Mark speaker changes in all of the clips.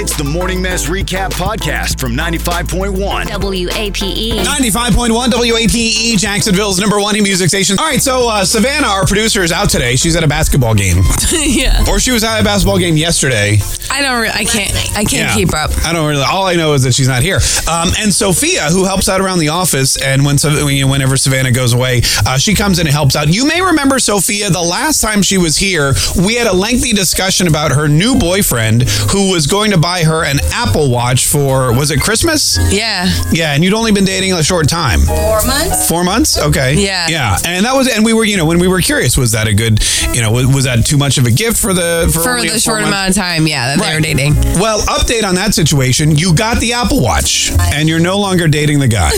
Speaker 1: It's the Morning Mess Recap Podcast from 95.1.
Speaker 2: E.
Speaker 3: WAPE.
Speaker 4: 95.1 WAPE, E, Jacksonville's number one hit music station. All right, so uh, Savannah, our producer, is out today. She's at a basketball game.
Speaker 5: yeah,
Speaker 4: Or she was at a basketball game yesterday.
Speaker 5: I don't. Re- I can't. I can't
Speaker 4: Yeah.
Speaker 5: keep up.
Speaker 4: I don't really. All I know is that she's not here. Um, and Sophia, who helps out around the office, and when Sav- when- whenever Savannah goes away, uh, she comes in and helps out. You may remember Sophia. The last time she was here, we had a lengthy discussion about her new boyfriend, who was going to buy her an Apple Watch for was it Christmas?
Speaker 5: Yeah,
Speaker 4: Yeah, and you'd only been dating a short time.
Speaker 5: four months.
Speaker 4: Four months? Okay.
Speaker 5: Yeah.
Speaker 4: Yeah. And that was, and we were, you know, when we were curious, was that a good, you know, was, was that too much of a gift for the for,
Speaker 5: For
Speaker 4: only a
Speaker 5: the short
Speaker 4: four-month-
Speaker 5: amount of time, yeah, that they were
Speaker 4: Right.
Speaker 5: dating.
Speaker 4: Well, update on that situation. You got the Apple Watch, and you're no longer dating the guy.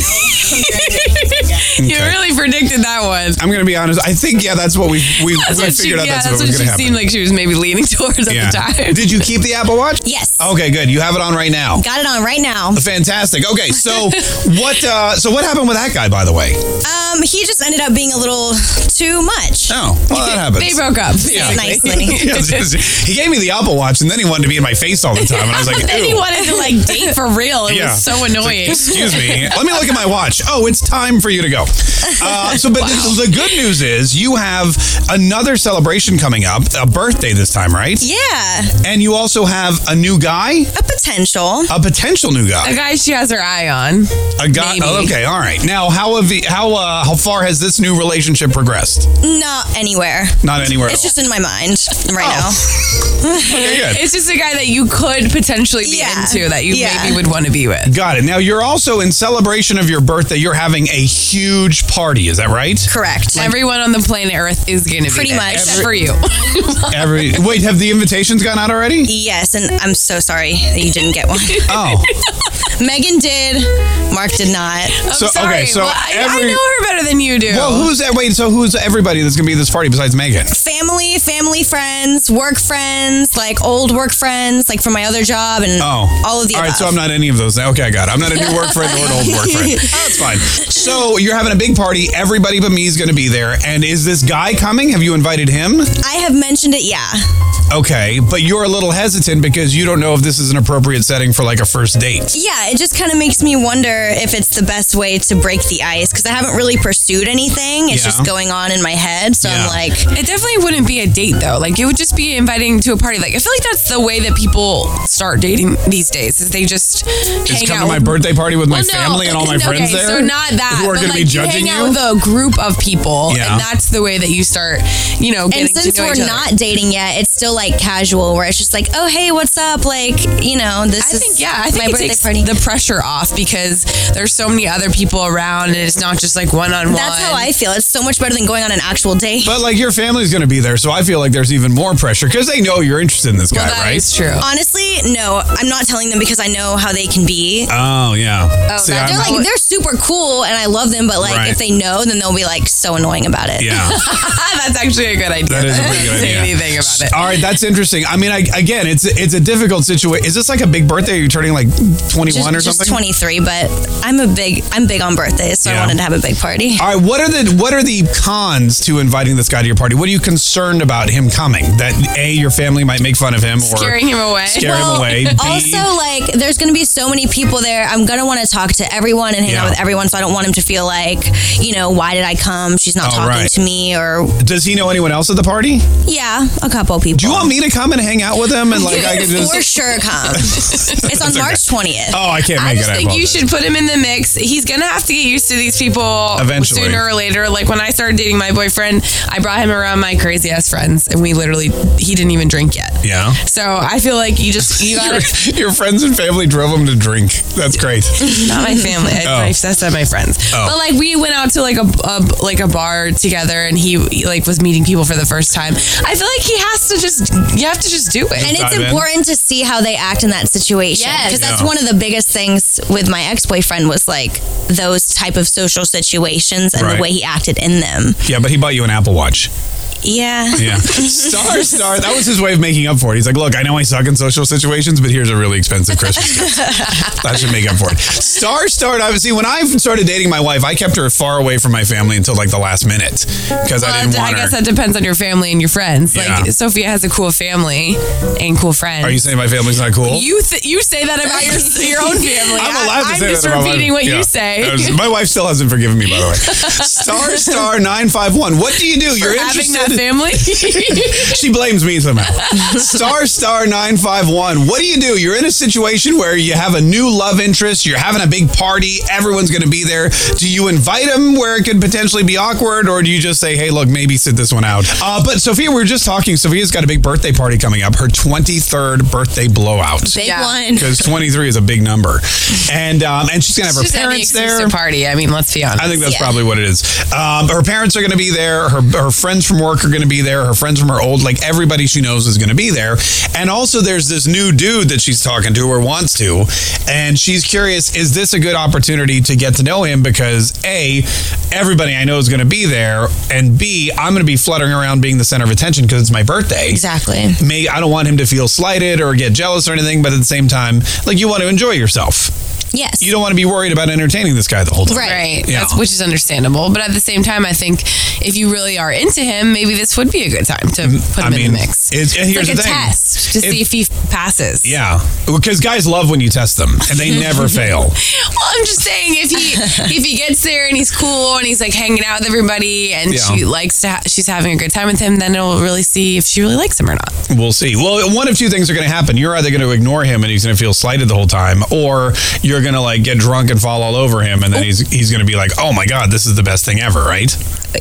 Speaker 5: You really predicted that one.
Speaker 4: I'm gonna be honest. I think yeah, that's what we we, we
Speaker 5: what
Speaker 4: figured
Speaker 5: she,
Speaker 4: out.
Speaker 5: yeah,
Speaker 4: that's,
Speaker 5: that's
Speaker 4: what
Speaker 5: what
Speaker 4: was
Speaker 5: she
Speaker 4: gonna happen.
Speaker 5: seemed like she was maybe leaning towards at the time.
Speaker 4: Did you keep the Apple Watch?
Speaker 6: Yes.
Speaker 4: Okay, good. You have it on right now.
Speaker 6: Got it on right now.
Speaker 4: Fantastic. Okay, so what? Uh, so what happened with that guy, by the way? Oh,
Speaker 6: Um, he just ended up being a little too much.
Speaker 4: Oh, well, that happens.
Speaker 5: They broke up.
Speaker 4: Yeah.
Speaker 6: Nicely.
Speaker 4: Yeah, he gave me the Apple Watch, and then he wanted to be in my face all the time, and I was like,
Speaker 5: then he
Speaker 4: "Ew."
Speaker 5: wanted to like date for real. It
Speaker 4: Yeah.
Speaker 5: was so annoying.
Speaker 4: Excuse me. Let me look at my watch. Oh, it's time for you to go. Uh, so, but the, the good news is you have another celebration coming up, a birthday this time, right?
Speaker 6: Yeah,
Speaker 4: And you also have a new guy,
Speaker 6: a potential.
Speaker 4: a potential new
Speaker 5: A
Speaker 4: guy,
Speaker 5: guy she has her eye on.
Speaker 4: a guy.
Speaker 5: maybe.
Speaker 4: oh, okay, all right. Now, how have the, how uh, how far has this new relationship progressed?
Speaker 6: Not anywhere.
Speaker 4: Not anywhere.
Speaker 6: It's
Speaker 4: at
Speaker 6: just in my mind right
Speaker 4: Oh. all. Okay, good.
Speaker 5: It's just a guy that you could potentially be
Speaker 6: Yeah.
Speaker 5: into that you
Speaker 6: Yeah.
Speaker 5: maybe would want to be with.
Speaker 4: Got it. Now you're also in celebration of your birthday. You're having a huge party. Is that right?
Speaker 6: now. Correct.
Speaker 5: Everyone on the planet Earth is going to be
Speaker 6: Pretty
Speaker 5: there,
Speaker 6: much.
Speaker 5: except
Speaker 6: Every-
Speaker 5: for you.
Speaker 4: Every wait, have the invitations gone out already?
Speaker 6: Yes, and I'm so sorry that you didn't get one.
Speaker 4: Oh,
Speaker 6: Megan did. Mark did not.
Speaker 5: I'm
Speaker 4: So, okay,
Speaker 5: sorry.
Speaker 4: so
Speaker 5: Well, I, I
Speaker 4: every-
Speaker 5: know her better than you do.
Speaker 4: Well, who's that? Wait, so who's everybody that's gonna be at this party besides Megan?
Speaker 6: Family, family friends, work friends, like old work friends, like from my other job, and
Speaker 4: Oh,
Speaker 6: all of the
Speaker 4: All right,
Speaker 6: above.
Speaker 4: so I'm not any of those. Now. Okay, I got it. I'm not a new work friend or an old work friend. That's fine. So you're having a big party. Everybody but me is gonna be there. And is this guy coming? Have you invited him?
Speaker 6: I have mentioned it. Yeah,
Speaker 4: Okay, but you're a little hesitant because you don't know if this is an appropriate setting for like a first date.
Speaker 6: yeah. It just kind of makes me wonder if it's the best way to break the ice because I haven't really pursued anything. It's
Speaker 4: Yeah.
Speaker 6: just going on in my head. So
Speaker 4: Yeah.
Speaker 6: I'm like,
Speaker 5: It definitely wouldn't be a date though. Like it would just be inviting to a party. Like I feel like that's the way that people start dating these days. Is they just
Speaker 4: Is
Speaker 5: hang
Speaker 4: come
Speaker 5: out
Speaker 4: to my
Speaker 5: with-
Speaker 4: birthday party with my
Speaker 5: Well, no,
Speaker 4: family and all my
Speaker 5: okay,
Speaker 4: friends there?
Speaker 5: So not that.
Speaker 4: Who are
Speaker 5: but,
Speaker 4: going to be
Speaker 5: like,
Speaker 4: judging you?
Speaker 5: you? Hang out with a group of people,
Speaker 4: Yeah.
Speaker 5: and that's the way that you start. You know, getting
Speaker 6: and since
Speaker 5: to know
Speaker 6: we're
Speaker 5: each other.
Speaker 6: not dating yet, it's still like casual, where it's just like, oh hey, what's up? Like, you know, this
Speaker 5: I
Speaker 6: is
Speaker 5: think yeah, I think
Speaker 6: my
Speaker 5: it
Speaker 6: birthday
Speaker 5: takes
Speaker 6: party.
Speaker 5: the pressure off because there's so many other people around, and it's not just like one on one.
Speaker 6: That's how I feel. It's so much better than going on an actual date.
Speaker 4: But like your family's going to be there, so I feel like there's even more pressure because they know you're interested in this guy,
Speaker 5: Well, that
Speaker 4: right?
Speaker 5: is true.
Speaker 6: Honestly, no, I'm not telling them because I know how they can be.
Speaker 4: Oh yeah.
Speaker 5: Oh,
Speaker 4: See,
Speaker 5: that-
Speaker 4: I'm-
Speaker 6: They're like
Speaker 5: Right.
Speaker 6: they're super cool, and I love them. But like,
Speaker 4: Right.
Speaker 6: if they know, then they'll be like so annoying about it.
Speaker 4: yeah.
Speaker 5: that's actually a good idea.
Speaker 4: That is a pretty good
Speaker 5: Say
Speaker 4: idea.
Speaker 5: anything about it.
Speaker 4: All right, that's interesting. I mean, I, again, it's it's a difficult situation. Is this like a big birthday? You're turning like 21
Speaker 6: Just,
Speaker 4: or
Speaker 6: just
Speaker 4: something.
Speaker 6: 23, but I'm a big I'm big on birthdays, so
Speaker 4: Yeah.
Speaker 6: I wanted to have a big party.
Speaker 4: All right, what are the what are the cons to inviting this guy to your party? What are you concerned about him coming? That a your family might make fun of him or
Speaker 5: Scaring him away.
Speaker 4: Scare him away. B,
Speaker 6: Also, like, there's going to be so many people there. I'm going to want to talk to everyone and hang
Speaker 4: Yeah.
Speaker 6: out with everyone. So I don't want him to feel like, you know, why did I come? She's not
Speaker 4: Oh,
Speaker 6: talking
Speaker 4: right.
Speaker 6: to me, or
Speaker 4: does he know anyone else at the party?
Speaker 6: yeah, a couple people.
Speaker 4: Do you want me to come and hang out with him and like I could just
Speaker 6: For sure, Burgercom. it's on
Speaker 4: okay.
Speaker 6: March 20th.
Speaker 4: Oh, I can't
Speaker 5: I
Speaker 4: make
Speaker 5: just
Speaker 4: it.
Speaker 5: think
Speaker 4: I
Speaker 5: you
Speaker 4: apologize.
Speaker 5: should put him in the mix. He's gonna have to get used to these people
Speaker 4: Eventually.
Speaker 5: sooner or later. Like when I started dating my boyfriend, I brought him around my crazy ass friends, and we literally he didn't even drink yet.
Speaker 4: Yeah.
Speaker 5: So I feel like you just you
Speaker 4: Your,
Speaker 5: got to
Speaker 4: your friends and family drove him to drink. That's great.
Speaker 5: not my family. I,
Speaker 4: Oh.
Speaker 5: I that's not my friends.
Speaker 4: Oh.
Speaker 5: But like we went out to like a, a like a bar together, and he like was meeting people for the first time. I feel like he has to just you have to just do it.
Speaker 6: and it's
Speaker 4: dive in.
Speaker 6: important to see how they act in that situation
Speaker 5: Yes.
Speaker 6: because that's
Speaker 4: Yeah.
Speaker 6: one of the biggest things with my ex-boyfriend was like those type of social situations and
Speaker 4: Right.
Speaker 6: the way he acted in them
Speaker 4: Yeah, but he bought you an Apple Watch.
Speaker 6: yeah
Speaker 4: Yeah. star, star. That was his way of making up for it. He's like, look, I know I suck in social situations, but here's a really expensive Christmas gift. That should make up for it. Star, star. Obviously, when I started dating my wife, I kept her far away from my family until like the last minute because I
Speaker 5: Well,
Speaker 4: didn't
Speaker 5: I
Speaker 4: want
Speaker 5: guess
Speaker 4: her.
Speaker 5: that depends on your family and your friends. Like
Speaker 4: Yeah.
Speaker 5: Sophia has a cool family and cool friends.
Speaker 4: Are you saying my family's not cool?
Speaker 5: You th- you say that about your your own family.
Speaker 4: I'm allowed to
Speaker 5: I-
Speaker 4: say
Speaker 5: I'm just
Speaker 4: that about my-
Speaker 5: repeating what
Speaker 4: Yeah.
Speaker 5: you say.
Speaker 4: That was- My wife still hasn't forgiven me, by the way. Star star nine five one. What do you do? You're
Speaker 5: Having
Speaker 4: interested.
Speaker 5: that family.
Speaker 4: she blames me somehow. star star nine five one. What do you do? You're in a situation where you have a new love interest. You're having a big party. Everyone's going to be there. Do you invite them where it could potentially be awkward, or do you just say, "Hey, look, maybe sit this one out"? Uh, but Sophia, we were just talking. Sophia's got a big birthday party coming up. Her 23rd birthday blowout.
Speaker 6: big
Speaker 5: Yeah.
Speaker 6: one
Speaker 4: Because 23 is a big number, and um, and she's gonna have her
Speaker 5: She's having a
Speaker 4: parents there.
Speaker 5: sister party. I mean, let's be honest.
Speaker 4: I think that's
Speaker 6: Yeah.
Speaker 4: probably what it is. Um, her parents are going to be there. Her her friends from work are going to be there. Her friends from her old, like everybody she knows is going to be there. And also, there's this new dude that she's talking to or wants to, and she's curious: is this a good opportunity to get to know him? Because a, everybody I know is going to be there, and b, I'm going to be fluttering around being the center of attention because it's my birthday
Speaker 6: exactly
Speaker 4: may I don't want him to feel slighted or get jealous or anything, but at the same time, like you want to enjoy yourself.
Speaker 6: yes
Speaker 4: You don't want to be worried about entertaining this guy the whole time.
Speaker 6: Right.
Speaker 5: Right,
Speaker 4: Yeah.
Speaker 5: That's, which is understandable, but at the same time, I think if you really are into him, maybe this would be a good time to
Speaker 4: Mm,
Speaker 5: put him
Speaker 4: I mean,
Speaker 5: in the mix.
Speaker 4: it's- and here's
Speaker 5: like
Speaker 4: the
Speaker 5: a
Speaker 4: thing.
Speaker 5: test to
Speaker 4: If-
Speaker 5: see if he passes.
Speaker 4: Yeah, because guys love when you test them, and they never fail.
Speaker 5: Well, I'm just saying if he if he gets there and he's cool and he's like hanging out with everybody and
Speaker 4: Yeah.
Speaker 5: she likes to ha- she's having a good time with him, then it'll really see if she really likes him or not.
Speaker 4: We'll see. Well, one of two things are going to happen. You're either going to ignore him, and he's going to feel slighted the whole time, or you're going to like get drunk and fall all over him, and then he's he's going to be like, "Oh my god, this is the best thing ever!" Right?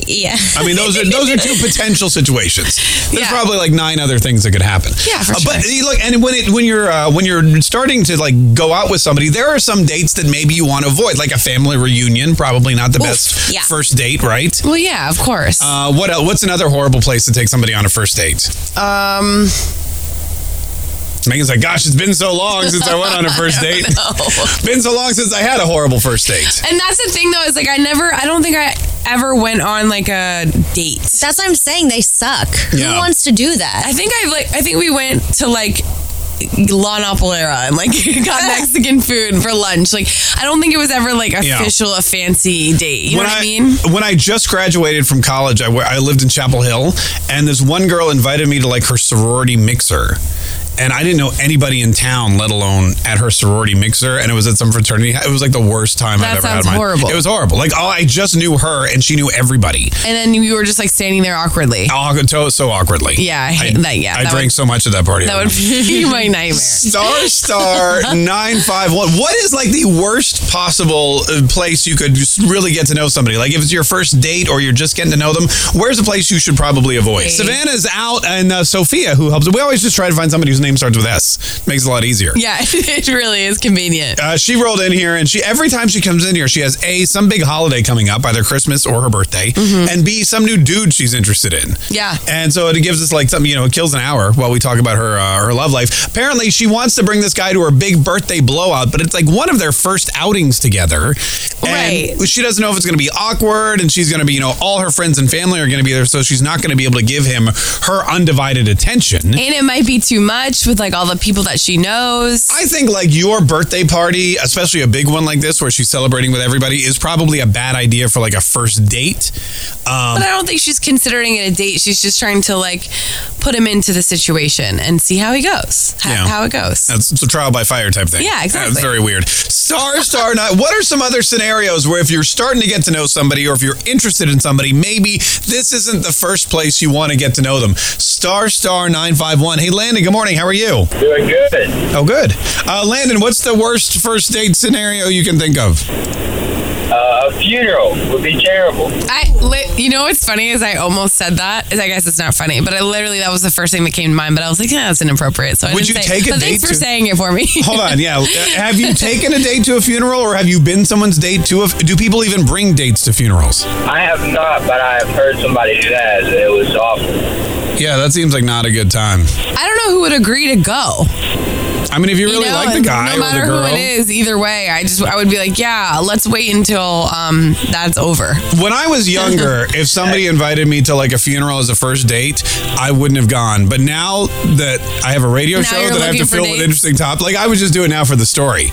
Speaker 6: yeah
Speaker 4: I mean, those are those are two potential situations. There's
Speaker 5: Yeah.
Speaker 4: probably like nine other things that could happen.
Speaker 5: Yeah, for
Speaker 4: Uh, But
Speaker 5: sure.
Speaker 4: you look, and when it when you're uh, when you're starting to like go out with somebody, there are some dates that maybe you want to avoid, like a family reunion. Probably not the best
Speaker 6: yeah.
Speaker 4: first date, right?
Speaker 5: Well, yeah, of course.
Speaker 4: Uh, what el What's another horrible place to take somebody on a first date?
Speaker 5: um,
Speaker 4: Megan's like, gosh, it's been so long since I went on a first date. Been so long since I had a horrible first date.
Speaker 5: and that's the thing though is like I never I don't think I ever went on like a date.
Speaker 6: that's what i'm saying they suck
Speaker 4: Yeah.
Speaker 6: who wants to do
Speaker 5: I
Speaker 6: that
Speaker 5: think I like I think we went to like La Nopalera and like got Mexican food for lunch. Like I don't think it was ever like
Speaker 4: Yeah.
Speaker 5: official a fancy date. You know what I mean?
Speaker 4: When I just graduated from college, I, wa- I lived in Chapel Hill, and this one girl invited me to like her sorority mixer. And I didn't know anybody in town, let alone at her sorority mixer. And it was at some fraternity. It was like the worst time
Speaker 5: That
Speaker 4: I've ever had.
Speaker 5: sounds
Speaker 4: in my-
Speaker 5: horrible.
Speaker 4: It was horrible. Like, oh, I just knew her, and she knew everybody.
Speaker 5: And then you were just like standing there awkwardly.
Speaker 4: Oh, so, so awkwardly.
Speaker 5: Yeah, I hate that. Yeah,
Speaker 4: I
Speaker 5: that
Speaker 4: drank
Speaker 5: would-
Speaker 4: so much at that party.
Speaker 5: That would be my nightmare.
Speaker 4: Star Star nine five one. What is like the worst possible uh, place you could just really get to know somebody? Like if it's your first date or you're just getting to know them, where's a place you should probably avoid?
Speaker 5: Date.
Speaker 4: Savannah's out, and uh, Sophia, who helps, we always just try to find somebody whose name starts with S. Makes it a lot easier.
Speaker 5: Yeah, it really is convenient.
Speaker 4: Uh, she rolled in here, and she every time she comes in here, she has a some big holiday coming up, either Christmas or her birthday, and b some new dude she's interested in.
Speaker 5: Mm-hmm. Yeah.
Speaker 4: and so it gives us like something you know, it kills an hour while we talk about her uh, her love life. Apparently, she wants to bring this guy to her big birthday blowout, but it's like one of their first outings together, and
Speaker 5: Right.
Speaker 4: She doesn't know if it's going to be awkward, and she's going to be you know all her friends and family are going to be there, so she's not going to be able to give him her undivided attention.
Speaker 5: And it might be too much with like all the people that she knows.
Speaker 4: I think like your birthday party, especially a big one like this where she's celebrating with everybody, is probably a bad idea for like a first date. Um,
Speaker 5: But I don't think she's considering it a date. She's just trying to like put him into the situation and see how he goes. How,
Speaker 4: Yeah.
Speaker 5: how it goes.
Speaker 4: that's it's a trial by fire type thing.
Speaker 5: Yeah,
Speaker 4: That's
Speaker 5: exactly.
Speaker 4: very weird. Star, star, night. What are some other scenarios where if you're starting to get to know somebody or if you're interested in somebody, maybe this isn't the first place you want to get to know them? Star, star, nine five one. Hey, Landon. Good morning. How are you?
Speaker 3: Doing good.
Speaker 4: Oh, good. Uh, Landon, what's the worst first date scenario you can think of?
Speaker 3: Uh, a funeral would be terrible.
Speaker 5: I, li- you know what's funny is I almost said that. Is I guess it's not funny, but I literally that was the first thing that came to mind. But I was like, yeah, that's inappropriate. So I
Speaker 4: Would
Speaker 5: didn't
Speaker 4: you
Speaker 5: say it.
Speaker 4: take a
Speaker 5: But thanks
Speaker 4: date
Speaker 5: for
Speaker 4: to-
Speaker 5: saying it for me.
Speaker 4: Hold on, yeah. Uh, Have you taken a date to a funeral, or have you been someone's date to a? Do people even bring dates to funerals?
Speaker 3: I have not, but I have heard somebody who has, and it was awful.
Speaker 4: Yeah, that seems like not a good time.
Speaker 5: I don't know who would agree to go.
Speaker 4: I mean, if you really
Speaker 5: you know,
Speaker 4: like the
Speaker 5: and
Speaker 4: guy
Speaker 5: no
Speaker 4: or
Speaker 5: matter
Speaker 4: the girl,
Speaker 5: who it is, either way, I just I would be like, yeah, let's wait until um that's over.
Speaker 4: when I was younger, if somebody invited me to like a funeral as a first date, I wouldn't have gone. But now that I have a radio
Speaker 5: Now
Speaker 4: show
Speaker 5: you're
Speaker 4: that I have to
Speaker 5: looking for
Speaker 4: fill with
Speaker 5: dates.
Speaker 4: interesting top, like I would just do it now for the story,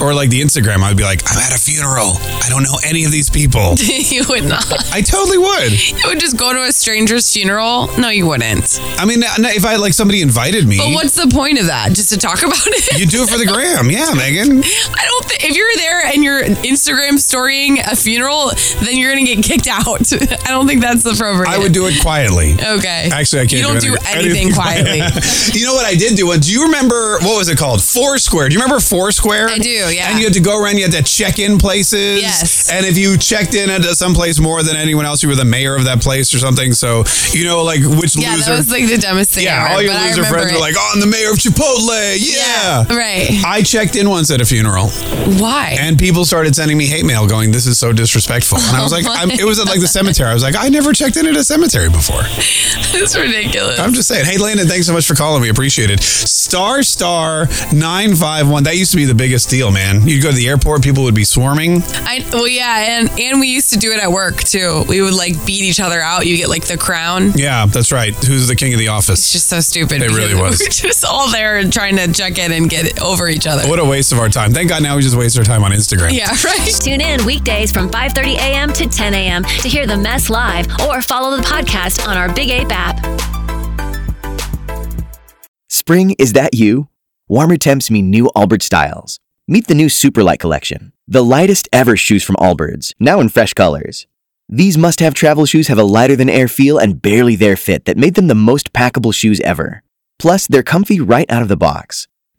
Speaker 4: or like the Instagram, I'd be like, I'm at a funeral. I don't know any of these people.
Speaker 5: you would not.
Speaker 4: I totally would.
Speaker 5: You would just go to a stranger's funeral. No, you wouldn't.
Speaker 4: I mean, if I like somebody invited me,
Speaker 5: But what's the point of that? Just to talk about it?
Speaker 4: you do it for the gram, yeah, Megan.
Speaker 5: I don't think if you're there and you're Instagram storying a funeral, then you're gonna get kicked out. I don't think that's appropriate.
Speaker 4: I would do it quietly.
Speaker 5: Okay.
Speaker 4: Actually, I can't.
Speaker 5: You don't do
Speaker 4: anything-
Speaker 5: anything, quietly.
Speaker 4: you know what I did do? once? Do you remember what was it called? Foursquare. Do you remember Foursquare?
Speaker 5: I do, yeah.
Speaker 4: And you had to go around. You had to check in places.
Speaker 5: Yes.
Speaker 4: And if you checked in at some place more than anyone else, you were the mayor of that place or something. So you know, like which
Speaker 5: yeah,
Speaker 4: loser?
Speaker 5: that was like the dumbest thing.
Speaker 4: yeah,
Speaker 5: ever,
Speaker 4: all your
Speaker 5: but I
Speaker 4: loser
Speaker 5: remember
Speaker 4: friends
Speaker 5: it.
Speaker 4: were like, "Oh, I'm the mayor of Chipotle." Yeah.
Speaker 5: right.
Speaker 4: I checked in once at a funeral,
Speaker 5: Why?
Speaker 4: and people started sending me hate mail, going, "This is so disrespectful." And I was like, I'm, "It was at like the cemetery." I was like, "I never checked in at a cemetery before."
Speaker 5: it's ridiculous.
Speaker 4: I'm just saying. Hey, Landon, thanks so much for calling. We appreciate it. Star Star nine five one. That used to be the biggest deal, man. You'd go to the airport, people would be swarming.
Speaker 5: I well, yeah, and and we used to do it at work too. We would like beat each other out. You get like the crown.
Speaker 4: Yeah, that's right. Who's the king of the
Speaker 5: It's
Speaker 4: office?
Speaker 5: just so stupid.
Speaker 4: It really was.
Speaker 5: because We're just all there trying to check in and get over each other.
Speaker 4: What a waste of our time. Thank God now we just waste our time on Instagram.
Speaker 5: Yeah, right.
Speaker 2: Tune in weekdays from 5:30 a.m. to 10 a.m. to hear the mess live or follow the podcast on our Big Ape app.
Speaker 7: Spring, is that you? Warmer temps mean new Allbirds styles. Meet the new Superlight collection, the lightest ever shoes from Allbirds, now in fresh colors. These must have travel shoes have a lighter than air feel and barely their fit that made them the most packable shoes ever. Plus, they're comfy right out of the box.